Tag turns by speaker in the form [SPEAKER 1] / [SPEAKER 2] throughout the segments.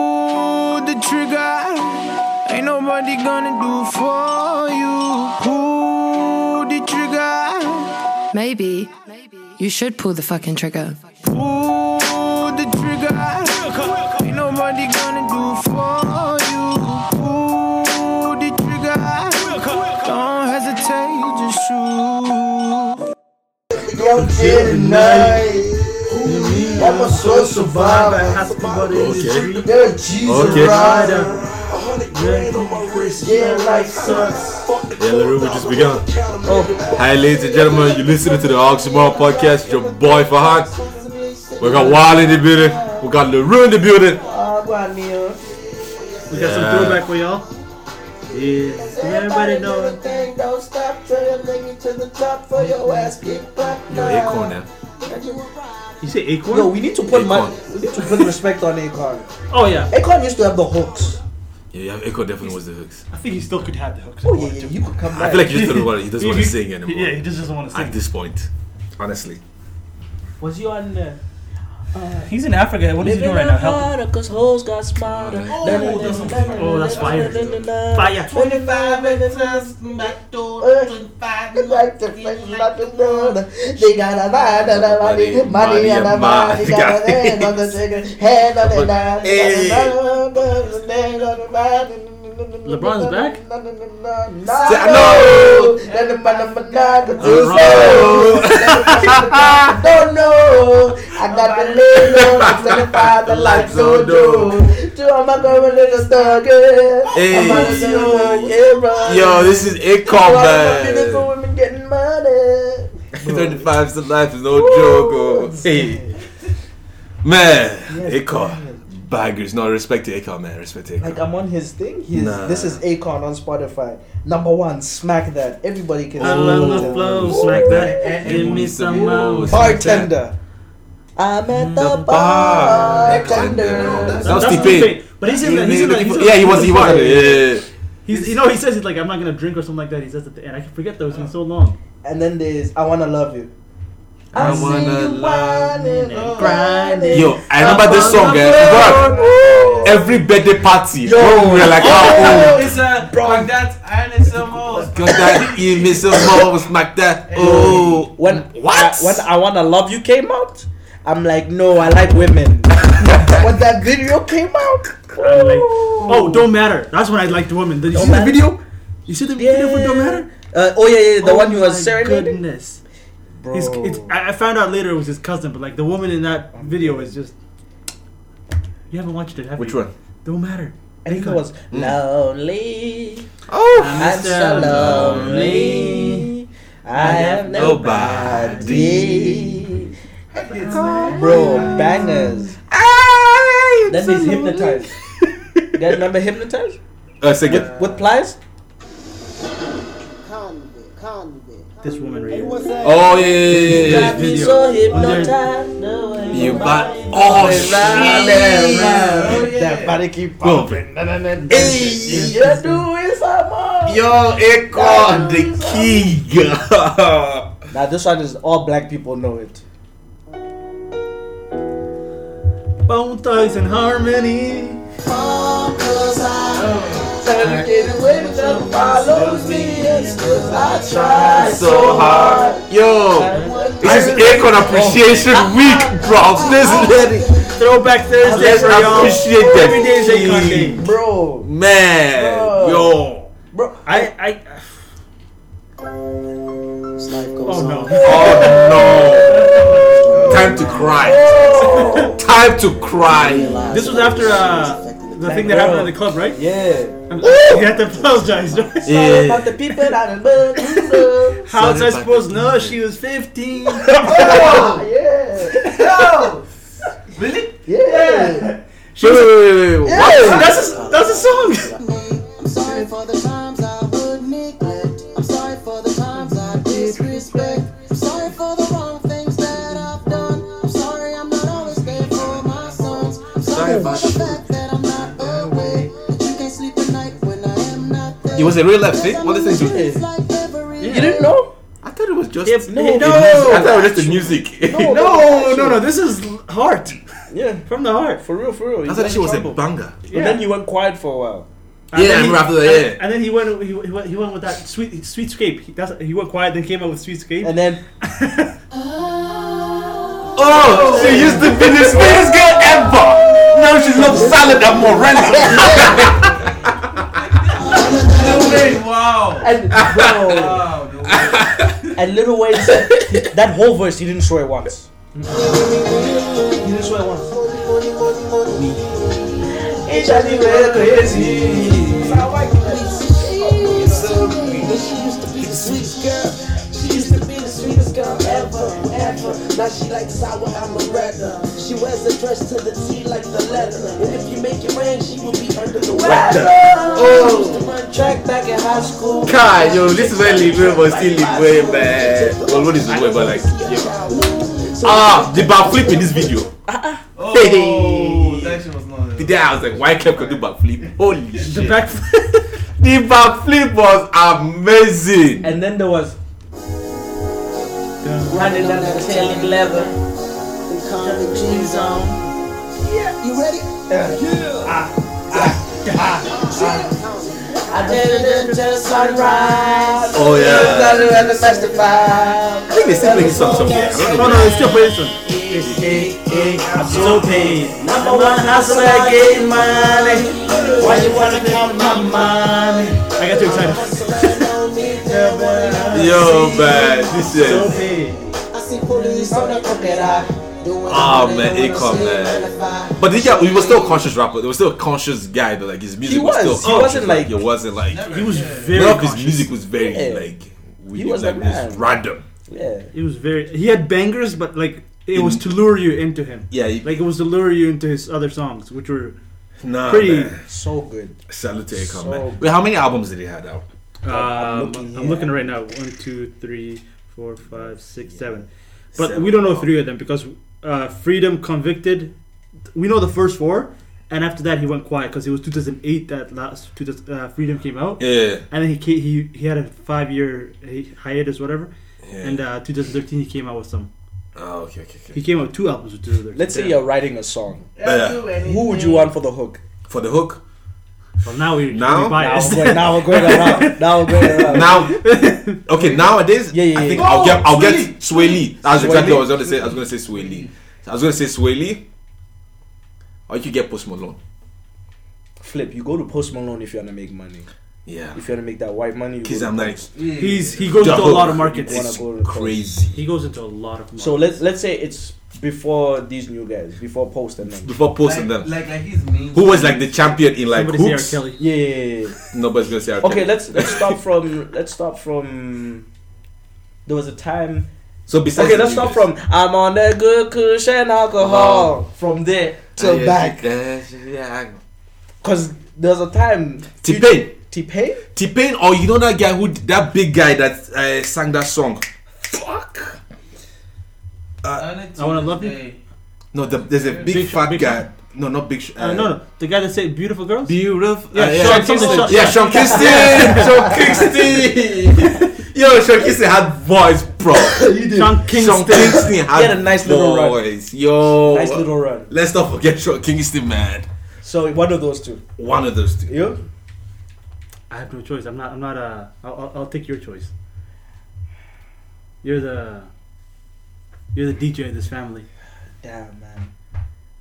[SPEAKER 1] Pull the trigger, ain't nobody gonna do for you. Pull the trigger,
[SPEAKER 2] Maybe you should pull the fucking trigger.
[SPEAKER 1] pull the trigger, ain't nobody gonna do for you. Pull the trigger, don't hesitate, just shoot.
[SPEAKER 3] Don't kill the night. I'm a soul survivor. Has somebody in the street. They're a Jesus
[SPEAKER 4] Okay.
[SPEAKER 3] rider. Yeah, like sucks.
[SPEAKER 4] Yeah, the rumor just begun. Hi, ladies and gentlemen, you're listening to the Oxymoron podcast. It's your boy Fahad. We got Wild in the building. We got LaRue in the building.
[SPEAKER 5] We got some
[SPEAKER 4] Yeah.
[SPEAKER 5] throwback for y'all. Yeah. Everybody know.
[SPEAKER 6] Thing, don't stop trying to make it to the top for your ass get popped.
[SPEAKER 4] Yo, Acorn now.
[SPEAKER 5] You say acorn?
[SPEAKER 3] Yo, we need to put money.
[SPEAKER 4] Akon.
[SPEAKER 3] We need to put respect on Akon.
[SPEAKER 5] oh yeah.
[SPEAKER 3] Akon used to have the hooks.
[SPEAKER 4] Yeah, yeah, Acorn definitely was the hooks.
[SPEAKER 5] I think he still could have the hooks.
[SPEAKER 3] Oh yeah, yeah, you could come
[SPEAKER 4] I
[SPEAKER 3] back.
[SPEAKER 4] feel like he just doesn't want, he doesn't want to sing anymore.
[SPEAKER 5] Yeah, he just doesn't want to sing.
[SPEAKER 4] At this point, honestly.
[SPEAKER 5] Was he on? Uh, uh, he's in Africa. What is he doing right now? Help. him. Oh, that's fire. Fire.
[SPEAKER 6] 25 minutes times from back door. 25
[SPEAKER 3] They like to flex like the world. They got a mind and a body,
[SPEAKER 4] Money,
[SPEAKER 3] money and a mind. They got a
[SPEAKER 4] money.
[SPEAKER 3] hand on the trigger, hand on the knife.
[SPEAKER 4] Hey.
[SPEAKER 3] LeBron's
[SPEAKER 5] LeBron's back?
[SPEAKER 3] No. Don't know. I got the little. I'm gonna find the light so do. Two of my girl little stuck. I'm gonna
[SPEAKER 4] Hey.
[SPEAKER 3] do it. Yeah,
[SPEAKER 4] Yo, this is Acorn,
[SPEAKER 3] Beautiful
[SPEAKER 4] man.
[SPEAKER 3] women getting money.
[SPEAKER 4] 25's to life is no joke. Oh. Hey. Man, Acorn. Baggers. No, respect to Acorn, man. Respect to
[SPEAKER 3] Like
[SPEAKER 4] Acorn.
[SPEAKER 3] I'm on his thing. He's
[SPEAKER 4] Nah.
[SPEAKER 3] this is Akon on Spotify. Number one, smack that. Everybody can.
[SPEAKER 5] I love
[SPEAKER 3] listen
[SPEAKER 5] the
[SPEAKER 3] to
[SPEAKER 5] flow.
[SPEAKER 3] him.
[SPEAKER 5] Smack that. Give me some more.
[SPEAKER 3] Bartender. I'm at the, bar. Bartender.
[SPEAKER 4] That was
[SPEAKER 5] That's
[SPEAKER 4] T-Pain.
[SPEAKER 5] T-Pain. But he's in the- he's in the- he's in the-
[SPEAKER 4] Yeah, he was. He was.
[SPEAKER 5] fire.
[SPEAKER 4] Yeah.
[SPEAKER 5] He's, you know, he says he's like, I'm not gonna drink or something like that. He says at the end. I forget that it's been so long.
[SPEAKER 3] And then there's I wanna love you.
[SPEAKER 4] I
[SPEAKER 3] see
[SPEAKER 4] wanna
[SPEAKER 3] you
[SPEAKER 4] love
[SPEAKER 3] whining
[SPEAKER 5] you.
[SPEAKER 3] and grinding.
[SPEAKER 4] Yo, I remember this song, eh? Bro, every birthday party,
[SPEAKER 3] Yo.
[SPEAKER 4] bro, we were like, oh,
[SPEAKER 3] Oh,
[SPEAKER 4] oh.
[SPEAKER 7] It's a Baghdad and it's a mole.
[SPEAKER 4] got that, you miss some more, smack that, oh.
[SPEAKER 3] When
[SPEAKER 4] What?
[SPEAKER 3] I, when I wanna love you came out, I'm like, no, I like women. when that video came out,
[SPEAKER 5] I'm like, oh, don't matter. That's when I liked the woman. Did you
[SPEAKER 3] Don't
[SPEAKER 5] see the
[SPEAKER 3] Matter?
[SPEAKER 5] video? You see the video for Don't Matter?
[SPEAKER 3] Uh, oh yeah, yeah, the
[SPEAKER 5] Oh
[SPEAKER 3] one you
[SPEAKER 5] my
[SPEAKER 3] was serenading.
[SPEAKER 5] Goodness. His, it's, I I found out later it was his cousin, but like the woman in that video is just. You haven't watched it, have
[SPEAKER 4] Which
[SPEAKER 5] you?
[SPEAKER 4] one?
[SPEAKER 5] Don't matter.
[SPEAKER 3] I think it was
[SPEAKER 5] Hmm.
[SPEAKER 3] lonely.
[SPEAKER 4] Oh.
[SPEAKER 3] I'm so lonely. I have nobody. Bro, bangers. That is hypnotized. You guys remember hypnotized
[SPEAKER 4] Uh, second.
[SPEAKER 3] with plies?
[SPEAKER 6] Convict, convict.
[SPEAKER 5] This woman right here.
[SPEAKER 6] What's that?
[SPEAKER 4] Oh, yeah, yeah, yeah, yeah.
[SPEAKER 3] Got me
[SPEAKER 5] video.
[SPEAKER 3] so
[SPEAKER 5] Oh, there-
[SPEAKER 3] hypnotized. the way
[SPEAKER 4] You
[SPEAKER 3] your
[SPEAKER 4] back.
[SPEAKER 3] body
[SPEAKER 4] Oh,
[SPEAKER 3] goes
[SPEAKER 4] shit.
[SPEAKER 3] round and round.
[SPEAKER 4] Oh, yeah.
[SPEAKER 3] That body keep
[SPEAKER 4] Go.
[SPEAKER 3] bumping. Hey, you do it some more.
[SPEAKER 4] Yo, Akon, the king.
[SPEAKER 3] Now this one is all black people know it.
[SPEAKER 5] Bone Thugs and Harmony.
[SPEAKER 3] Trying to get away with them follows me. It's 'cause I try
[SPEAKER 4] so hard. Yo, this is Akon Appreciation Week, bro. This lady.
[SPEAKER 5] Throwback Thursday
[SPEAKER 4] Let's
[SPEAKER 5] for y'all.
[SPEAKER 4] appreciate that.
[SPEAKER 5] Every day is a con day.
[SPEAKER 3] Bro,
[SPEAKER 4] Man,
[SPEAKER 3] Bro.
[SPEAKER 4] yo.
[SPEAKER 3] bro,
[SPEAKER 5] I, I, oh no.
[SPEAKER 4] Oh no! Time to cry. Time to cry.
[SPEAKER 5] This was after uh, the thing that happened at the club, right?
[SPEAKER 3] yeah.
[SPEAKER 5] You have to apologize. right?
[SPEAKER 3] Sorry about the people that are burning.
[SPEAKER 5] How was I
[SPEAKER 4] Sorry,
[SPEAKER 5] supposed to
[SPEAKER 4] Pakistan.
[SPEAKER 5] know she was 15?
[SPEAKER 3] Oh, yeah. Yo.
[SPEAKER 7] Really?
[SPEAKER 3] Yeah.
[SPEAKER 4] Wait, wait, wait, wait, wait. What?
[SPEAKER 5] that's, a, that's a song.
[SPEAKER 6] I'm sorry for the times I would neglect. I'm sorry for the times I disrespect. I'm sorry for the wrong things that I've done. I'm sorry I'm not always there for my sons. I'm sorry for the fact that I'm not awake. That you can't sleep at night when I am not there.
[SPEAKER 4] It was a real life thing. What is it?
[SPEAKER 6] It's like every
[SPEAKER 3] You didn't know?
[SPEAKER 4] I thought it was just.
[SPEAKER 5] If-
[SPEAKER 4] the
[SPEAKER 5] no. Oh,
[SPEAKER 4] music. I thought it was just the music.
[SPEAKER 3] No.
[SPEAKER 5] No, no, no. This is heart.
[SPEAKER 3] Yeah,
[SPEAKER 5] From the heart.
[SPEAKER 3] for real, for real.
[SPEAKER 4] I
[SPEAKER 3] He's
[SPEAKER 4] thought that
[SPEAKER 3] in
[SPEAKER 4] shit was a
[SPEAKER 3] trouble.
[SPEAKER 4] banger.
[SPEAKER 3] But then you went quiet for a while.
[SPEAKER 5] And
[SPEAKER 4] Yeah,
[SPEAKER 5] then
[SPEAKER 4] I
[SPEAKER 5] he-
[SPEAKER 4] remember after that,
[SPEAKER 5] and-
[SPEAKER 4] yeah.
[SPEAKER 5] And then he went, he, he went, he went with that sweet, Sweetscape. He, that's, he went quiet, then came out with Sweetscape.
[SPEAKER 3] And then
[SPEAKER 4] Oh, she used to be the sweetest girl ever. Now she loves salad and morella.
[SPEAKER 8] Wow.
[SPEAKER 3] and bro,
[SPEAKER 8] Wow. the way-
[SPEAKER 3] and Little Wayne said that whole verse he didn't swear once. He didn't swear once. Oh.
[SPEAKER 9] She used to be the sweetest girl. She used to be the sweetest girl ever, ever. Now she likes sour amaretta. She wears a dress to the T like the leather. And if you make it rain, she will be under the weather. She used to run track back in high school.
[SPEAKER 4] God, yo, this is where Libre was still Libre, man. Well, what is Libre, but like, yeah. Ah, the backflip in this video.
[SPEAKER 8] Oh, that shit was not.
[SPEAKER 4] The day I was like, why Kev could do backflip? Holy
[SPEAKER 5] The
[SPEAKER 4] shit.
[SPEAKER 5] back.
[SPEAKER 4] The backflip was amazing.
[SPEAKER 3] And then there was
[SPEAKER 9] Running on that tailing leather. They call me G's on. Yeah. You ready? I did it until the sunrise.
[SPEAKER 4] Oh, yeah.
[SPEAKER 10] Gotta let us match the vibe.
[SPEAKER 4] I think they still playing this song somewhere. I don't
[SPEAKER 5] Oh
[SPEAKER 4] know.
[SPEAKER 5] no, it's still Payson.
[SPEAKER 3] I'm so paid.
[SPEAKER 9] Number one hustler, I get money. Why you wanna count my money?
[SPEAKER 5] I got too excited.
[SPEAKER 4] Yo, man, this
[SPEAKER 5] So
[SPEAKER 4] is.
[SPEAKER 5] paid.
[SPEAKER 9] I see police on the crocodile.
[SPEAKER 4] Ah, man, Akon, man. But yeah, he was still a conscious rapper. He was still a conscious guy, though. Like, his music
[SPEAKER 3] He
[SPEAKER 4] was,
[SPEAKER 3] was.
[SPEAKER 4] still
[SPEAKER 3] He
[SPEAKER 4] conscious.
[SPEAKER 3] wasn't like-
[SPEAKER 4] It wasn't like.
[SPEAKER 5] He was very.
[SPEAKER 4] None of his
[SPEAKER 5] conscious.
[SPEAKER 4] music was very,
[SPEAKER 3] Yeah.
[SPEAKER 4] like. Weird,
[SPEAKER 3] was
[SPEAKER 4] like,
[SPEAKER 3] like,
[SPEAKER 4] just
[SPEAKER 3] man.
[SPEAKER 4] random.
[SPEAKER 3] Yeah.
[SPEAKER 5] He was very. He had bangers, but like it was
[SPEAKER 4] In-
[SPEAKER 5] to lure you into him.
[SPEAKER 4] Yeah, he,
[SPEAKER 5] Like it was to lure you into his other songs, which were
[SPEAKER 4] nah,
[SPEAKER 5] pretty.
[SPEAKER 4] man.
[SPEAKER 3] So good.
[SPEAKER 4] Salute to Akon,
[SPEAKER 3] So-
[SPEAKER 4] man. Wait, how many albums did he have out?
[SPEAKER 5] Um,
[SPEAKER 3] looking,
[SPEAKER 5] I'm
[SPEAKER 3] yeah.
[SPEAKER 5] looking right now. One, two, three, four, five, six, seven. But
[SPEAKER 4] Seven.
[SPEAKER 5] we don't know three of them because uh, Freedom Convicted. We know the first four, and after that he went quiet because it was 2008 that last 2000, uh, Freedom came out,
[SPEAKER 4] Yeah.
[SPEAKER 5] and then he ca- he he had a five year hiatus, whatever.
[SPEAKER 4] yeah.
[SPEAKER 5] And uh, 2013 he came out with some.
[SPEAKER 4] oh, okay, okay,
[SPEAKER 5] He
[SPEAKER 4] okay.
[SPEAKER 5] came out with two albums with 2013.
[SPEAKER 3] Let's say you're writing a song.
[SPEAKER 8] Yeah.
[SPEAKER 3] Who would you want for the hook?
[SPEAKER 4] For the hook,
[SPEAKER 5] Well, now we're
[SPEAKER 4] Now?
[SPEAKER 5] now?
[SPEAKER 3] Now
[SPEAKER 5] biased.
[SPEAKER 3] we're going, now we're going around. Now we're going around.
[SPEAKER 4] now, okay, nowadays,
[SPEAKER 3] Yeah, yeah,
[SPEAKER 4] I
[SPEAKER 3] yeah. Oh,
[SPEAKER 4] think I'll get, I'll get Sway
[SPEAKER 8] Sway
[SPEAKER 4] Lee. That's
[SPEAKER 3] Sway
[SPEAKER 4] exactly
[SPEAKER 3] Lee.
[SPEAKER 4] what I was gonna say. I was gonna say Sway Lee. I was gonna say Sway Lee. Or you could get Post Malone.
[SPEAKER 3] Flip, you go to Post Malone if you want to make money.
[SPEAKER 4] Yeah,
[SPEAKER 3] If you want to make that white money, you
[SPEAKER 4] because
[SPEAKER 3] go to
[SPEAKER 4] I'm like,
[SPEAKER 5] He's he goes
[SPEAKER 4] the
[SPEAKER 5] into a
[SPEAKER 4] hook
[SPEAKER 5] lot of markets.
[SPEAKER 3] Wanna
[SPEAKER 4] is
[SPEAKER 3] go to Post.
[SPEAKER 4] crazy.
[SPEAKER 5] He goes into a lot of markets.
[SPEAKER 3] So let's let's say it's before these new guys, before Post and them.
[SPEAKER 4] Before Post and
[SPEAKER 8] Like,
[SPEAKER 4] them,
[SPEAKER 8] like, like his main.
[SPEAKER 4] who was like the champion in like
[SPEAKER 5] somebody say R.
[SPEAKER 4] hoops?
[SPEAKER 5] Kelly.
[SPEAKER 3] Yeah, yeah, yeah, yeah.
[SPEAKER 4] Nobody's gonna say R.
[SPEAKER 3] Okay,
[SPEAKER 4] Kelly.
[SPEAKER 3] let's let's start from let's start from. There was a time.
[SPEAKER 4] so besides
[SPEAKER 3] Okay,
[SPEAKER 4] the
[SPEAKER 3] let's start
[SPEAKER 4] Beatles.
[SPEAKER 3] from I'm on a good cushion alcohol from there
[SPEAKER 4] Ah,
[SPEAKER 3] till
[SPEAKER 4] yeah,
[SPEAKER 3] back.
[SPEAKER 4] yeah, yeah, yeah.
[SPEAKER 3] Cause there's a time.
[SPEAKER 4] T-Pain.
[SPEAKER 3] T Pain.
[SPEAKER 4] T-Pain, or you know that guy who that big guy that uh, sang that song. Fuck.
[SPEAKER 5] I Wanna Love You?
[SPEAKER 4] No, the, there's a big,
[SPEAKER 5] Big Sh-
[SPEAKER 4] fat
[SPEAKER 5] Big
[SPEAKER 4] guy. No, not big. Sh-
[SPEAKER 5] Uh, no, no, the guy that said "Beautiful Girls."
[SPEAKER 4] Beautiful. Uh,
[SPEAKER 5] Yeah,
[SPEAKER 4] yeah.
[SPEAKER 5] Sean
[SPEAKER 4] Sean
[SPEAKER 5] Kingston.
[SPEAKER 4] Kingston. Yeah, Sean Kingston. Sean Kingston. Yo, Sean Kingston had voice, bro.
[SPEAKER 5] Sean
[SPEAKER 4] Sean
[SPEAKER 5] Kingston.
[SPEAKER 4] Kingston
[SPEAKER 3] He
[SPEAKER 4] had
[SPEAKER 3] had a nice little run.
[SPEAKER 4] voice. Yo.
[SPEAKER 3] Nice little run.
[SPEAKER 4] Let's not forget Sean Kingston, man.
[SPEAKER 3] So one of those two.
[SPEAKER 4] One of those two.
[SPEAKER 3] You?
[SPEAKER 5] I have no choice. I'm not. I'm not. Uh, I'll, I'll, I'll take your choice. You're the. You're the DJ of this family.
[SPEAKER 3] Damn man.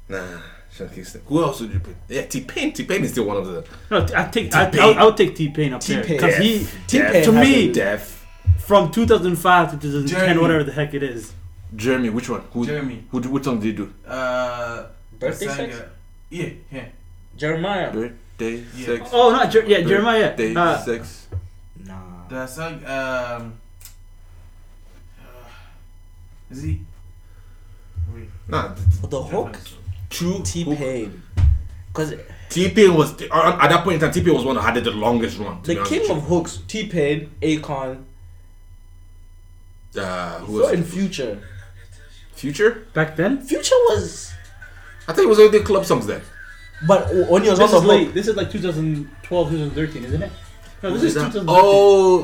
[SPEAKER 4] Nah, Sean Kingston. Who else would you put? Yeah, T Pain. T Pain is still one of the.
[SPEAKER 5] No, I take. I,
[SPEAKER 4] T-Pain.
[SPEAKER 5] I'll, I'll take T Pain up there
[SPEAKER 3] T-Pain.
[SPEAKER 5] because he
[SPEAKER 3] T-Pain
[SPEAKER 5] to
[SPEAKER 3] has
[SPEAKER 5] me
[SPEAKER 3] a-
[SPEAKER 4] Deaf.
[SPEAKER 5] from 2005 to 2010,
[SPEAKER 8] Journey.
[SPEAKER 5] whatever the heck it is.
[SPEAKER 4] Jeremy, which one? Who,
[SPEAKER 8] Jeremy.
[SPEAKER 4] Who, which song did you do?
[SPEAKER 8] Uh,
[SPEAKER 3] Birthday
[SPEAKER 8] singer.
[SPEAKER 3] sex?
[SPEAKER 8] Yeah, yeah.
[SPEAKER 3] Jeremiah.
[SPEAKER 4] Birthday
[SPEAKER 8] Yeah.
[SPEAKER 4] sex.
[SPEAKER 5] Oh, not Jer- yeah, Jeremiah.
[SPEAKER 4] Birthday
[SPEAKER 5] Uh,
[SPEAKER 4] sex.
[SPEAKER 3] Nah.
[SPEAKER 8] The song. Um. uh, Is he? Wait.
[SPEAKER 4] Nah,
[SPEAKER 3] The hook.
[SPEAKER 4] true
[SPEAKER 3] T Pain. Cause
[SPEAKER 4] T Pain was the- uh, at that point in time. T Pain was one that had the longest run. to be
[SPEAKER 3] the
[SPEAKER 4] honest
[SPEAKER 3] king
[SPEAKER 4] with
[SPEAKER 3] of hooks, T Pain, Akon,
[SPEAKER 4] you. uh, who
[SPEAKER 3] so
[SPEAKER 4] was
[SPEAKER 3] in
[SPEAKER 4] it?
[SPEAKER 3] Future.
[SPEAKER 4] Future.
[SPEAKER 5] back then.
[SPEAKER 3] Future was,
[SPEAKER 4] I think it was only the club songs then.
[SPEAKER 3] but when he was on
[SPEAKER 5] This is
[SPEAKER 3] the hook,
[SPEAKER 5] late. This is like 2012, 2013, isn't it? No, this is
[SPEAKER 4] Down.
[SPEAKER 5] 2000.
[SPEAKER 4] Oh,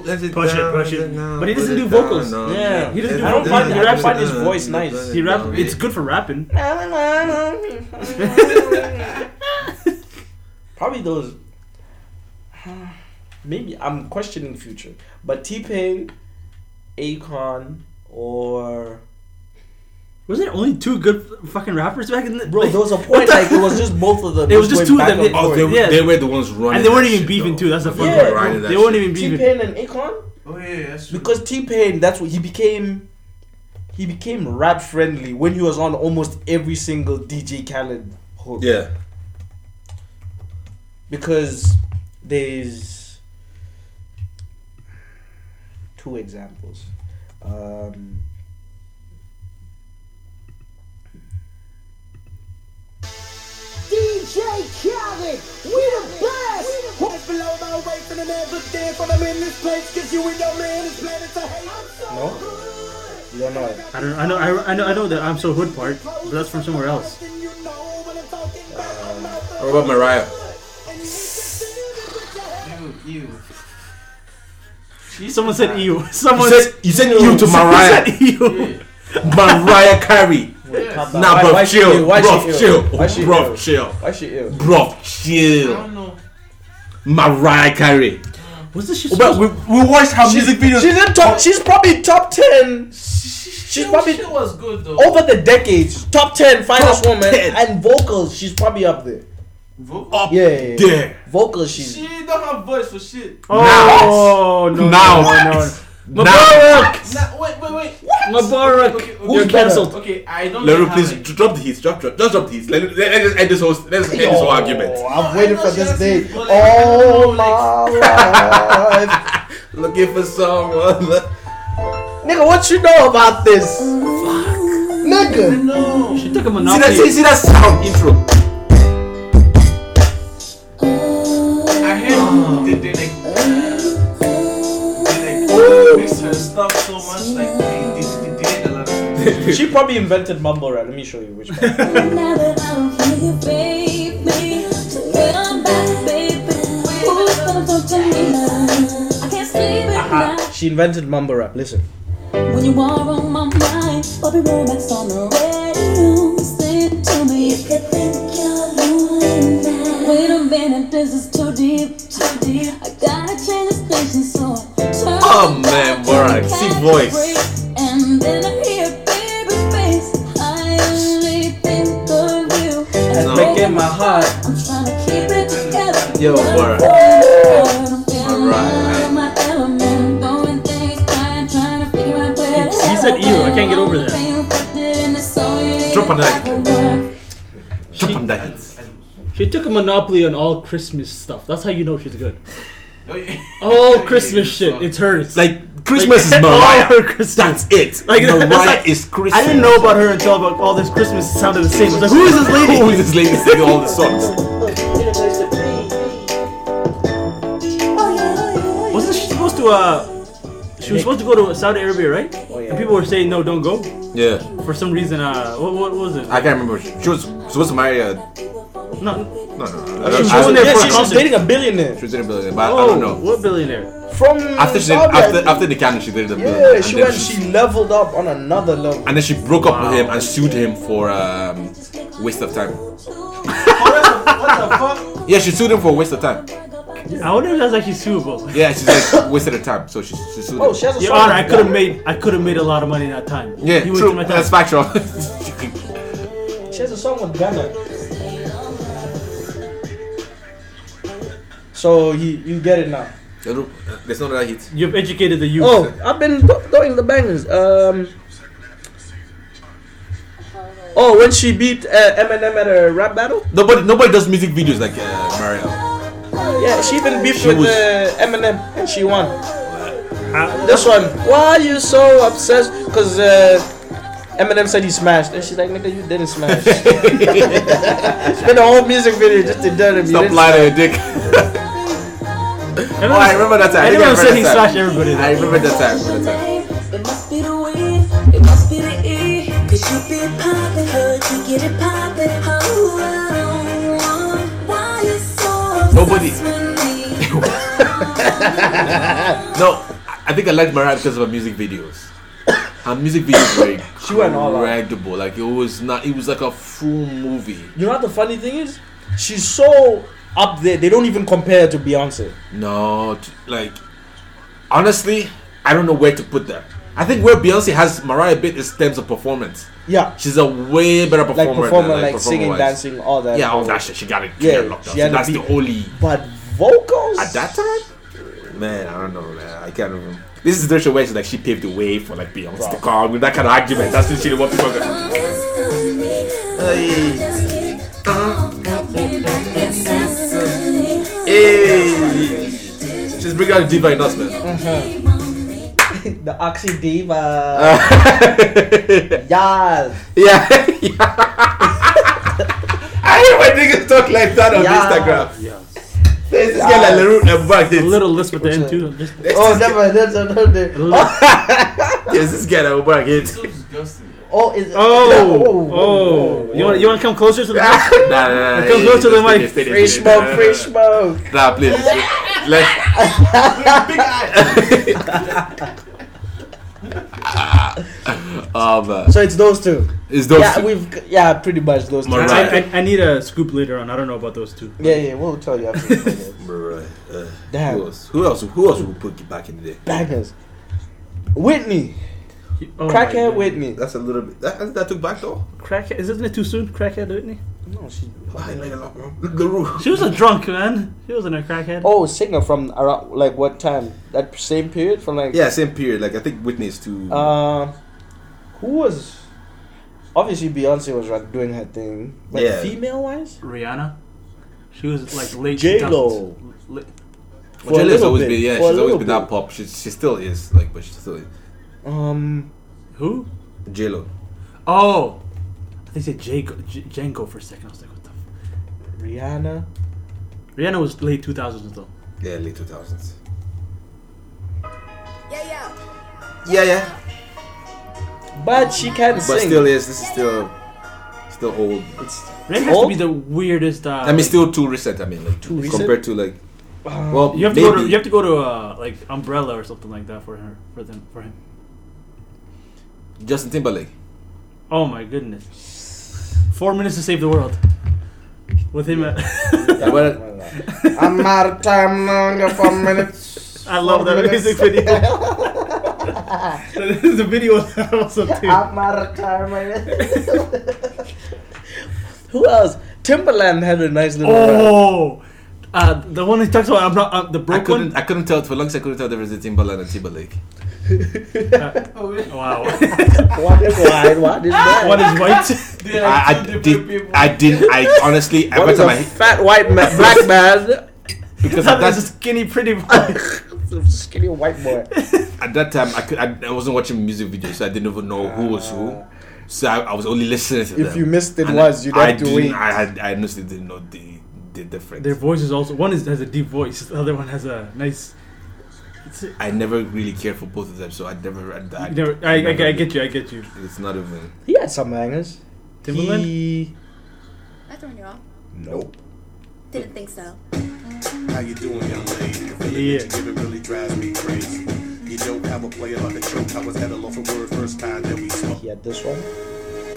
[SPEAKER 4] let it
[SPEAKER 5] Push it,
[SPEAKER 4] down,
[SPEAKER 5] push
[SPEAKER 4] let
[SPEAKER 5] it.
[SPEAKER 4] down,
[SPEAKER 5] But he
[SPEAKER 4] put
[SPEAKER 5] doesn't
[SPEAKER 4] it
[SPEAKER 5] do
[SPEAKER 4] down,
[SPEAKER 5] vocals.
[SPEAKER 4] no.
[SPEAKER 3] Yeah, he doesn't
[SPEAKER 4] Let
[SPEAKER 3] do vocals. I
[SPEAKER 4] it down,
[SPEAKER 3] don't
[SPEAKER 4] let
[SPEAKER 3] find-
[SPEAKER 4] it
[SPEAKER 3] I find his
[SPEAKER 4] down,
[SPEAKER 3] voice
[SPEAKER 4] let it
[SPEAKER 3] nice.
[SPEAKER 4] down.
[SPEAKER 5] He rap, it's good for rapping.
[SPEAKER 3] Probably those. Maybe I'm questioning future, but T Pain, Akon, or
[SPEAKER 5] Wasn't it only two good fucking rappers back in the
[SPEAKER 3] bro,
[SPEAKER 5] like-
[SPEAKER 3] there was a point like it was just both of them.
[SPEAKER 5] It was just
[SPEAKER 3] going
[SPEAKER 5] two of
[SPEAKER 3] back
[SPEAKER 5] them.
[SPEAKER 3] and
[SPEAKER 4] Oh,
[SPEAKER 3] forth.
[SPEAKER 4] they,
[SPEAKER 5] Yeah.
[SPEAKER 4] they were the ones running.
[SPEAKER 5] and they weren't
[SPEAKER 4] that
[SPEAKER 5] even
[SPEAKER 4] shit,
[SPEAKER 5] beefing
[SPEAKER 4] though.
[SPEAKER 5] too. That's the fun
[SPEAKER 3] Yeah.
[SPEAKER 5] part.
[SPEAKER 4] Right, that
[SPEAKER 5] They weren't
[SPEAKER 4] shit.
[SPEAKER 5] even
[SPEAKER 3] T
[SPEAKER 5] beefing.
[SPEAKER 3] Pain and Akon
[SPEAKER 8] Oh yeah, yeah, that's true.
[SPEAKER 3] because T Pain that's what he became. He became rap friendly when he was on almost every single DJ Khaled hook.
[SPEAKER 4] Yeah.
[SPEAKER 3] because there's two examples. Um,
[SPEAKER 9] DJ Khaled, we the best. Walk below my weight and I never dance when I'm in this place. Cause you and your man is planning to hate. I'm so
[SPEAKER 3] No?
[SPEAKER 9] good.
[SPEAKER 3] you don't know it.
[SPEAKER 5] I don't. I know. I, I know. I know that I'm so hood part, but that's from somewhere else.
[SPEAKER 9] And you know what I'm talking about. I'm out the
[SPEAKER 4] What about Mariah?
[SPEAKER 9] And you
[SPEAKER 8] Ew, ew.
[SPEAKER 5] Someone said you. Someone
[SPEAKER 4] You said you said you to
[SPEAKER 5] someone
[SPEAKER 4] Mariah.
[SPEAKER 5] said E you.
[SPEAKER 4] Mariah Carey.
[SPEAKER 3] Wait, calm down.
[SPEAKER 4] Nah,
[SPEAKER 3] Why- why
[SPEAKER 4] bro,
[SPEAKER 3] she ill?
[SPEAKER 4] chill,
[SPEAKER 3] Why
[SPEAKER 4] bro,
[SPEAKER 3] she ill?
[SPEAKER 4] chill,
[SPEAKER 3] Why she
[SPEAKER 4] bro,
[SPEAKER 3] ill?
[SPEAKER 4] chill,
[SPEAKER 3] Why she ill?
[SPEAKER 4] bro,
[SPEAKER 8] I
[SPEAKER 4] chill.
[SPEAKER 8] don't know.
[SPEAKER 4] Mariah Carey.
[SPEAKER 5] What's this shit?
[SPEAKER 4] Oh, But we, we watched her music videos.
[SPEAKER 3] She's in top. She's probably top ten
[SPEAKER 8] She's
[SPEAKER 3] probably- Oh.
[SPEAKER 8] She was good though.
[SPEAKER 3] over the decades. Top ten finest
[SPEAKER 4] Top
[SPEAKER 3] woman
[SPEAKER 4] 10.
[SPEAKER 3] and vocals. She's probably up there.
[SPEAKER 8] Vocal?
[SPEAKER 4] up
[SPEAKER 3] Yeah, yeah, yeah.
[SPEAKER 4] there.
[SPEAKER 3] Vocals. She's
[SPEAKER 8] She don't have voice for shit.
[SPEAKER 5] oh no!
[SPEAKER 4] Now.
[SPEAKER 5] no, no, no.
[SPEAKER 4] Now,
[SPEAKER 8] Nah, wait, wait, wait.
[SPEAKER 5] Mubarak.
[SPEAKER 8] Okay, okay,
[SPEAKER 5] You're
[SPEAKER 3] Who's
[SPEAKER 8] okay.
[SPEAKER 3] better?
[SPEAKER 5] cancelled.
[SPEAKER 8] Okay, I don't.
[SPEAKER 4] Leru,
[SPEAKER 8] have
[SPEAKER 4] please
[SPEAKER 8] it.
[SPEAKER 4] drop the heat. Drop, drop, just drop the heat. Let, let, let's end this whole. Let's end this whole argument.
[SPEAKER 3] I'm waiting for
[SPEAKER 8] I know she
[SPEAKER 3] this
[SPEAKER 8] has
[SPEAKER 3] day
[SPEAKER 8] it, but like, I don't know,
[SPEAKER 3] all my
[SPEAKER 8] like-
[SPEAKER 3] life.
[SPEAKER 4] Looking for someone.
[SPEAKER 3] Nigga, what you know about this? Nigga.
[SPEAKER 8] No.
[SPEAKER 5] She took a
[SPEAKER 4] See that, see,
[SPEAKER 5] monopoly.
[SPEAKER 4] see that sound intro.
[SPEAKER 8] I heard they, they like they like mix her stuff so much like they did they did a lot of things.
[SPEAKER 3] She probably invented mumble rap. Let me show you which one.
[SPEAKER 4] Uh-huh.
[SPEAKER 6] When
[SPEAKER 3] She invented mumble rap. Listen.
[SPEAKER 6] you are on my mind, Bobby Romax on the radio. Say it to me. You could think you're lonely now. Wait a minute, this is too deep, too deep. I gotta change the station, so I turn
[SPEAKER 4] Oh,
[SPEAKER 6] it
[SPEAKER 4] man,
[SPEAKER 6] down
[SPEAKER 4] bro,
[SPEAKER 6] to the
[SPEAKER 4] sick
[SPEAKER 6] cat
[SPEAKER 4] voice.
[SPEAKER 6] break. And then I hear baby face. I only think of you. And
[SPEAKER 3] Breaking my heart.
[SPEAKER 6] I'm trying to keep it together.
[SPEAKER 4] Yo,
[SPEAKER 6] But
[SPEAKER 4] bro.
[SPEAKER 6] I'm feeling
[SPEAKER 4] Alright.
[SPEAKER 6] out of my element, blowing things, trying- trying to figure out where
[SPEAKER 5] He- he
[SPEAKER 6] the
[SPEAKER 5] said
[SPEAKER 6] hell
[SPEAKER 5] ew, I can't get over that.
[SPEAKER 6] I'm reflected in the soul, yeah,
[SPEAKER 4] Drop on that.
[SPEAKER 6] I can work.
[SPEAKER 4] Drop on that heat.
[SPEAKER 5] She took a monopoly on all Christmas stuff. That's how you know she's good.
[SPEAKER 8] Oh, yeah.
[SPEAKER 5] All
[SPEAKER 8] Yeah,
[SPEAKER 5] Christmas
[SPEAKER 8] yeah,
[SPEAKER 5] shit. It's hers.
[SPEAKER 4] Like Christmas
[SPEAKER 5] Like,
[SPEAKER 4] is Mariah.
[SPEAKER 5] all her Christmas.
[SPEAKER 4] That's it.
[SPEAKER 5] Like,
[SPEAKER 4] Mariah
[SPEAKER 5] that's like-
[SPEAKER 4] is Christmas.
[SPEAKER 5] I didn't know about her until about all this Christmas sounded the same. I was like, who is this lady?
[SPEAKER 4] Who is this lady singing all the songs?
[SPEAKER 5] Wasn't she supposed to uh she was supposed to go to Saudi Arabia, right?
[SPEAKER 3] Oh, yeah.
[SPEAKER 5] And people were saying no, don't go.
[SPEAKER 4] Yeah,
[SPEAKER 5] For some reason, uh what, what was it?
[SPEAKER 4] I can't remember. She was supposed to marry a. No,
[SPEAKER 5] No
[SPEAKER 4] no, no. I don't,
[SPEAKER 5] She
[SPEAKER 4] I
[SPEAKER 5] was
[SPEAKER 4] don't,
[SPEAKER 5] there
[SPEAKER 3] Yeah,
[SPEAKER 5] for a
[SPEAKER 3] she, she's
[SPEAKER 5] concert.
[SPEAKER 3] dating a billionaire
[SPEAKER 4] she was in a building, but I
[SPEAKER 5] oh,
[SPEAKER 4] don't know.
[SPEAKER 5] What billionaire?
[SPEAKER 3] from
[SPEAKER 4] After she did,
[SPEAKER 3] Saudi
[SPEAKER 4] after
[SPEAKER 3] Arabia.
[SPEAKER 4] after the canon, she did the building.
[SPEAKER 3] Yeah,
[SPEAKER 4] and
[SPEAKER 3] she
[SPEAKER 4] then
[SPEAKER 3] went. She leveled up on another level.
[SPEAKER 4] and then she broke up with him and sued him for um, waste of time.
[SPEAKER 8] What the fuck?
[SPEAKER 4] Yeah, she sued him for waste of time.
[SPEAKER 5] I wonder if that's actually suable.
[SPEAKER 4] Yeah, she's like wasted her time, so she, she sued
[SPEAKER 3] Oh,
[SPEAKER 4] him.
[SPEAKER 3] she has a
[SPEAKER 5] Your
[SPEAKER 3] song
[SPEAKER 5] Honor,
[SPEAKER 3] with
[SPEAKER 5] I
[SPEAKER 3] that.
[SPEAKER 5] could have made I could have made a lot of money in that time.
[SPEAKER 4] yeah,
[SPEAKER 5] he
[SPEAKER 4] true.
[SPEAKER 5] wasted my time.
[SPEAKER 4] That's factual.
[SPEAKER 3] She has a song with Ghana. So he, you get it now.
[SPEAKER 4] There's no other hit.
[SPEAKER 5] You've educated the youth.
[SPEAKER 3] Oh, I've been th- throwing the bangers. Um. Oh, when she beat uh, Eminem at a rap battle?
[SPEAKER 4] Nobody, nobody does music videos like uh, Mariah.
[SPEAKER 3] Yeah, she even beefed
[SPEAKER 4] She
[SPEAKER 3] with
[SPEAKER 4] was-
[SPEAKER 3] uh, Eminem and she won.
[SPEAKER 5] How-
[SPEAKER 3] This one, why are you so obsessed? Because uh, Eminem said he smashed, and she's like, nigga, you didn't smash. Spent a whole music video just to tell him. you
[SPEAKER 4] Stop
[SPEAKER 3] didn't
[SPEAKER 4] lying on your dick.
[SPEAKER 5] Everyone-
[SPEAKER 4] Oh, I remember that time. I think
[SPEAKER 5] Everyone
[SPEAKER 4] I
[SPEAKER 5] said he
[SPEAKER 4] remember that
[SPEAKER 5] slashed
[SPEAKER 4] time.
[SPEAKER 5] everybody.
[SPEAKER 4] I remember that time. I remember that time.
[SPEAKER 6] It must be the wind, it must be the E. Cause you been poppin', heard you get it poppin'. Oh, I don't want why you so
[SPEAKER 4] Nobody-
[SPEAKER 6] obsessed with me.
[SPEAKER 4] No, I- I think I liked Mariah because of her music videos. Her music videos were
[SPEAKER 3] She went all out.
[SPEAKER 4] incredible. Like it was not. It was like a full movie.
[SPEAKER 3] You know what the funny thing is? She's so up there. They don't even compare to Beyonce.
[SPEAKER 4] No, t- like honestly, I don't know where to put that. I think where Beyonce has Mariah bit is terms of performance.
[SPEAKER 3] Yeah,
[SPEAKER 4] She's a way better performer.
[SPEAKER 3] like
[SPEAKER 4] than,
[SPEAKER 3] performer, like, singing,
[SPEAKER 4] performer-wise.
[SPEAKER 3] dancing, all that.
[SPEAKER 4] Yeah, all that shit. She got it.
[SPEAKER 3] Yeah,
[SPEAKER 4] Yeah, locked up.
[SPEAKER 3] she had
[SPEAKER 4] So
[SPEAKER 3] to
[SPEAKER 4] that's
[SPEAKER 3] be-
[SPEAKER 4] the only.
[SPEAKER 3] But vocals
[SPEAKER 4] At that time, man, I don't know, man. I can't remember. This is the situation where she's like she paved the way for like Beyonce to come with that kind of argument. That's the shit. What people are gonna- Hey, she's bringing out the diva in us, man.
[SPEAKER 3] the Oxy Diva. Yes.
[SPEAKER 4] Yeah. I hate when niggas talk like that on
[SPEAKER 3] Yeah.
[SPEAKER 4] Instagram.
[SPEAKER 5] Yes.
[SPEAKER 4] This is yeah. like Leroux and Black.
[SPEAKER 5] A little lisp at the end too. Just-
[SPEAKER 10] Oh, never, that's another.
[SPEAKER 5] a little-
[SPEAKER 4] Yes, this guy that Black hits.
[SPEAKER 8] So disgusting.
[SPEAKER 10] Oh, is
[SPEAKER 5] Oh, oh! You want you want to come closer to the mic?
[SPEAKER 4] Nah, nah, nah, nah.
[SPEAKER 5] Come close to the
[SPEAKER 4] Stay
[SPEAKER 5] mic.
[SPEAKER 4] there, stay there,
[SPEAKER 3] Free
[SPEAKER 4] stay there.
[SPEAKER 3] smoke,
[SPEAKER 4] Nah, nah,
[SPEAKER 3] free
[SPEAKER 4] nah.
[SPEAKER 3] smoke.
[SPEAKER 4] Nah, please. Let's. Oh man,
[SPEAKER 3] So it's those two.
[SPEAKER 4] it's those.
[SPEAKER 3] yeah,
[SPEAKER 4] two.
[SPEAKER 3] we've yeah, pretty much those two.
[SPEAKER 4] Mariah.
[SPEAKER 5] I, I, I need a scoop later on. I don't know about those two.
[SPEAKER 3] Yeah, yeah, we'll tell you after. the podcast.
[SPEAKER 4] Bruh, uh,
[SPEAKER 3] Damn.
[SPEAKER 4] Who else? Who else? Who else would put you back in the day?
[SPEAKER 3] Bangers. Whitney.
[SPEAKER 5] Oh my
[SPEAKER 3] Crackhead
[SPEAKER 5] God.
[SPEAKER 3] Whitney.
[SPEAKER 4] That's a little bit. That, that took back though.
[SPEAKER 5] Crackhead. Isn't it too soon? Crackhead Whitney.
[SPEAKER 3] No, she
[SPEAKER 4] I made a lot, bro. The roof.
[SPEAKER 5] She was a drunk man. She wasn't a crackhead.
[SPEAKER 3] Oh, singer from around like what time? That same period from like
[SPEAKER 4] Yeah, same period. Like I think Whitney is too.
[SPEAKER 3] Um, who was obviously Beyonce was like doing her thing, but
[SPEAKER 4] Yeah.
[SPEAKER 3] female wise,
[SPEAKER 5] Rihanna. She was like late.
[SPEAKER 3] J-Lo.
[SPEAKER 5] 2000s. Li-
[SPEAKER 3] for
[SPEAKER 4] Well,
[SPEAKER 3] a
[SPEAKER 4] Jayla's
[SPEAKER 3] little
[SPEAKER 4] always
[SPEAKER 3] bit,
[SPEAKER 4] been
[SPEAKER 3] for
[SPEAKER 4] yeah.
[SPEAKER 3] a
[SPEAKER 4] She's always
[SPEAKER 3] little
[SPEAKER 4] been that
[SPEAKER 3] bit.
[SPEAKER 4] pop. She she still is like, but she still is.
[SPEAKER 3] Um,
[SPEAKER 5] Who?
[SPEAKER 4] J Lo.
[SPEAKER 5] Oh, they said Jango, J- Django for a second. I was like, what the? F-?
[SPEAKER 3] Rihanna.
[SPEAKER 5] Rihanna was late 2000s though.
[SPEAKER 4] Yeah, late two thousands. Yeah, yeah.
[SPEAKER 3] But she can
[SPEAKER 4] But
[SPEAKER 3] sing.
[SPEAKER 4] still is. This is still still old.
[SPEAKER 3] it's
[SPEAKER 5] Rihanna has to
[SPEAKER 3] Oh.
[SPEAKER 5] be the weirdest. Uh,
[SPEAKER 4] I mean, still too recent. I mean, like
[SPEAKER 3] Too recent? Uh,
[SPEAKER 4] compared to like. Well,
[SPEAKER 5] you have to
[SPEAKER 4] maybe.
[SPEAKER 5] go to you have to go to uh, like Umbrella or something like that for her for them for him.
[SPEAKER 4] Justin Timberlake.
[SPEAKER 5] Oh my goodness! Four minutes to save the world. With him, at-
[SPEAKER 4] Yeah, well,
[SPEAKER 10] I'm out of time longer for minutes.
[SPEAKER 5] I love that music video. the video was awesome too.
[SPEAKER 10] I'm out of time. man.
[SPEAKER 3] who else? Timberland had a nice little. run.
[SPEAKER 5] Oh, uh, the one he talks about. I'm not uh, the
[SPEAKER 4] I
[SPEAKER 5] broke
[SPEAKER 4] couldn't.
[SPEAKER 5] one.
[SPEAKER 4] I couldn't tell for long. I couldn't tell the difference between Timberland and Timberlake.
[SPEAKER 5] Wow.
[SPEAKER 3] What is white? What is that?
[SPEAKER 5] one is white.
[SPEAKER 8] They are
[SPEAKER 4] I,
[SPEAKER 8] two
[SPEAKER 4] I
[SPEAKER 8] different
[SPEAKER 4] did.
[SPEAKER 8] people.
[SPEAKER 4] I didn't. I honestly.
[SPEAKER 3] What
[SPEAKER 4] Every
[SPEAKER 3] is a
[SPEAKER 4] time I
[SPEAKER 3] fat white man, black man?
[SPEAKER 4] because at
[SPEAKER 5] that is a
[SPEAKER 4] that,
[SPEAKER 5] skinny, pretty boy.
[SPEAKER 3] Skinny white boy.
[SPEAKER 4] at that time I could I, I wasn't watching music videos, so I didn't even know who was who. So I, I was only listening to them.
[SPEAKER 3] If you missed it
[SPEAKER 4] And
[SPEAKER 3] once, you'd
[SPEAKER 4] I
[SPEAKER 3] have to
[SPEAKER 4] didn't-
[SPEAKER 3] wait.
[SPEAKER 4] I had. I honestly didn't know the the difference.
[SPEAKER 5] Their voices also. One is has a deep voice. The other one has a nice. It's, you
[SPEAKER 4] I never really cared for both of them, so I never read that.
[SPEAKER 5] know, I, I, I get you. I get you.
[SPEAKER 4] It's not even.
[SPEAKER 3] He had some hangers.
[SPEAKER 5] Timberland?
[SPEAKER 3] He...
[SPEAKER 6] I thrown you off.
[SPEAKER 3] Nope.
[SPEAKER 6] Didn't think so.
[SPEAKER 11] How you doing, young lady? The feeling
[SPEAKER 5] Yeah.
[SPEAKER 11] that you give it really drives me crazy. You don't have a player like a choke. I was at a loss of word first time that we spoke.
[SPEAKER 3] He had this one.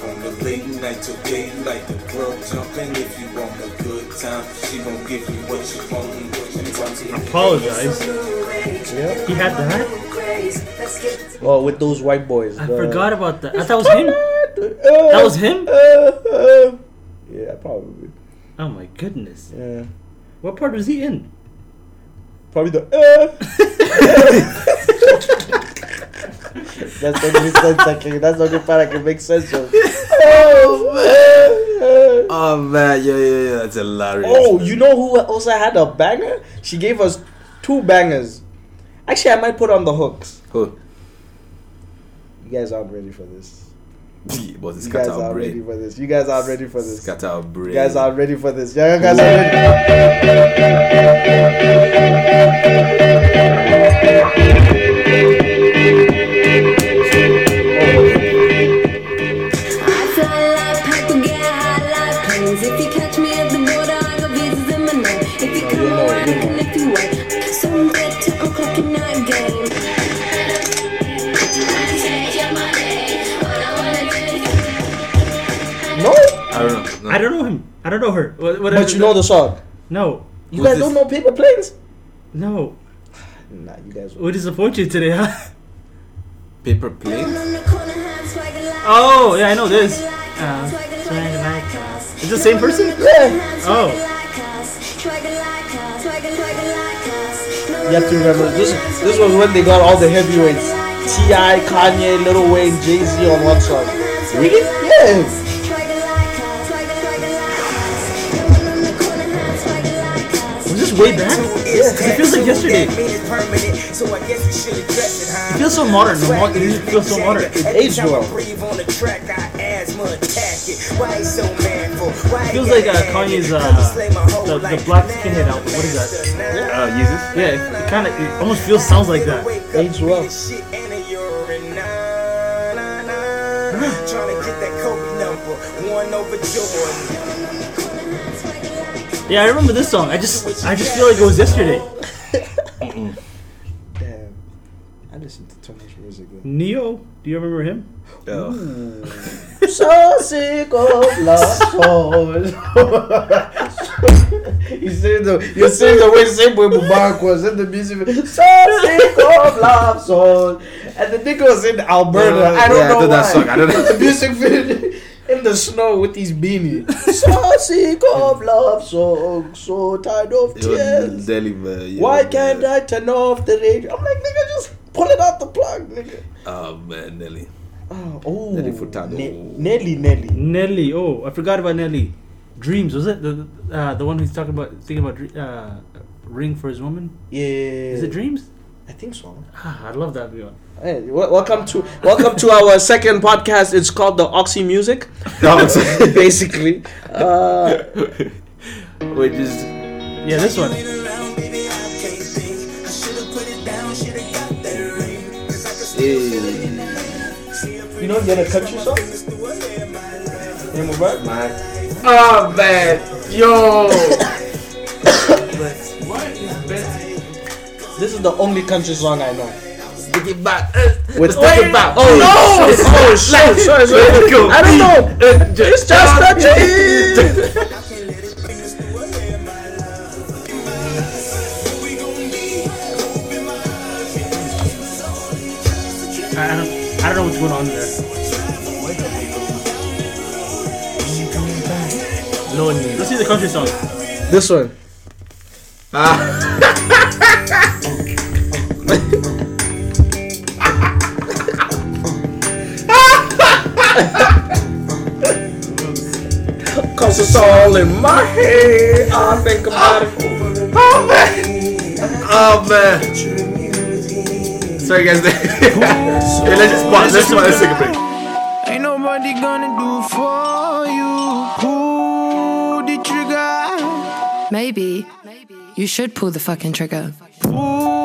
[SPEAKER 11] On the late night till daylight, the girl jumping. If you want a good time, she gon' give you what you want and what you want.
[SPEAKER 5] Apologize.
[SPEAKER 3] Yeah.
[SPEAKER 5] He had that.
[SPEAKER 3] Oh, with those white boys.
[SPEAKER 5] I
[SPEAKER 3] the-
[SPEAKER 5] forgot about that. I thought it was him. That was him?
[SPEAKER 3] yeah, probably.
[SPEAKER 5] Oh my goodness.
[SPEAKER 3] Yeah.
[SPEAKER 5] What part was he in?
[SPEAKER 3] Probably the uh. That's the only sense I can, that's the only part I can make sense of. Oh, man.
[SPEAKER 4] Oh man, yeah, yeah, yeah. That's hilarious.
[SPEAKER 3] Oh, you know who also had a banger? She gave us two bangers. Actually, I might put on the hooks.
[SPEAKER 4] Who?
[SPEAKER 3] You guys aren't ready for this.
[SPEAKER 4] Was this
[SPEAKER 3] You guys
[SPEAKER 4] cat
[SPEAKER 3] aren't
[SPEAKER 4] out
[SPEAKER 3] ready
[SPEAKER 4] brain?
[SPEAKER 3] for this. You guys aren't ready for this.
[SPEAKER 4] Cat out brain.
[SPEAKER 3] You guys are ready for this. Yeah, you guys are ready.
[SPEAKER 6] If you catch me at the border, I go visit them and if you come around and if you wait, so much
[SPEAKER 5] I don't know her. Wha- whatever
[SPEAKER 3] But you know the song.
[SPEAKER 5] No,
[SPEAKER 3] You
[SPEAKER 4] Who's
[SPEAKER 3] guys
[SPEAKER 4] this?
[SPEAKER 3] don't know Paper Planes?
[SPEAKER 5] no.
[SPEAKER 3] Nah, you guys.
[SPEAKER 5] We disappoint you today, huh?
[SPEAKER 4] Paper planes?
[SPEAKER 5] Oh, yeah, I know this. Uh, swag like us. Is it the same person?
[SPEAKER 3] Yeah.
[SPEAKER 5] Oh.
[SPEAKER 3] You have to remember this. This was when they got all the heavyweights: Ti, Kanye, Little Wayne, Jay Z on one song. Really? Yeah.
[SPEAKER 5] Was this way back? It feels like yesterday. It feels so modern. The mod- it feels so modern.
[SPEAKER 3] It aged well.
[SPEAKER 5] feels like uh, Kanye's uh, the, the black skinhead album. What is that?
[SPEAKER 4] Uh, Yeezus?
[SPEAKER 5] Yeah, it, kind of it almost feels sounds like that.
[SPEAKER 3] Aged well.
[SPEAKER 5] Yeah, I remember this song. I just I just feel like it was yesterday.
[SPEAKER 3] Damn. I listen to too much music. man.
[SPEAKER 5] Neo, do you remember him?
[SPEAKER 3] so sick of lost souls. you sing the you sing the way same way Mubarak was in the music. video. So sick of lost souls, and the nigga was in Alberta. I don't
[SPEAKER 4] yeah,
[SPEAKER 3] know
[SPEAKER 4] I thought
[SPEAKER 3] why.
[SPEAKER 4] that song. I don't know.
[SPEAKER 3] the music video in the snow with these beanies. so sick of love song, so tired of
[SPEAKER 4] Yo,
[SPEAKER 3] tears.
[SPEAKER 4] Delhi, man. Yo,
[SPEAKER 3] Why
[SPEAKER 4] man.
[SPEAKER 3] can't I turn off the radio? I'm like, nigga, just pull it out the plug, nigga.
[SPEAKER 4] Oh, man, Delhi.
[SPEAKER 3] Oh, oh
[SPEAKER 4] Nelly Furtado.
[SPEAKER 3] Ne- Nelly, Nelly.
[SPEAKER 5] Nelly. Oh, I forgot about Nelly. Dreams was it the uh, the one who's talking about thinking about dre- uh, ring for his woman?
[SPEAKER 3] Yeah.
[SPEAKER 5] Is it Dreams?
[SPEAKER 3] I think so.
[SPEAKER 5] Ah, I love that video.
[SPEAKER 3] Hey, wel- welcome to welcome to our second podcast. It's called the Oxy Music. Basically, uh,
[SPEAKER 4] Wait, just.
[SPEAKER 5] Yeah, this one.
[SPEAKER 4] Hey.
[SPEAKER 3] you know the other country song.
[SPEAKER 4] Oh, man. Yo.
[SPEAKER 3] This is the only country song I know.
[SPEAKER 4] Take it back. Uh,
[SPEAKER 3] With
[SPEAKER 4] take it back.
[SPEAKER 3] Oh no! Oh shit! Sorry, sorry.
[SPEAKER 4] go.
[SPEAKER 3] I don't know. It's just country.
[SPEAKER 5] I, I don't I don't know what's going on there. Lonely. Let's see the country song.
[SPEAKER 3] This one. Cause it's all in my head. I think about it.
[SPEAKER 4] Oh, man. Sorry, guys. hey, let's just pause. Let's just take a break.
[SPEAKER 1] Ain't nobody gonna do for you. Pull the trigger.
[SPEAKER 2] Maybe you should pull the fucking trigger.
[SPEAKER 1] Pull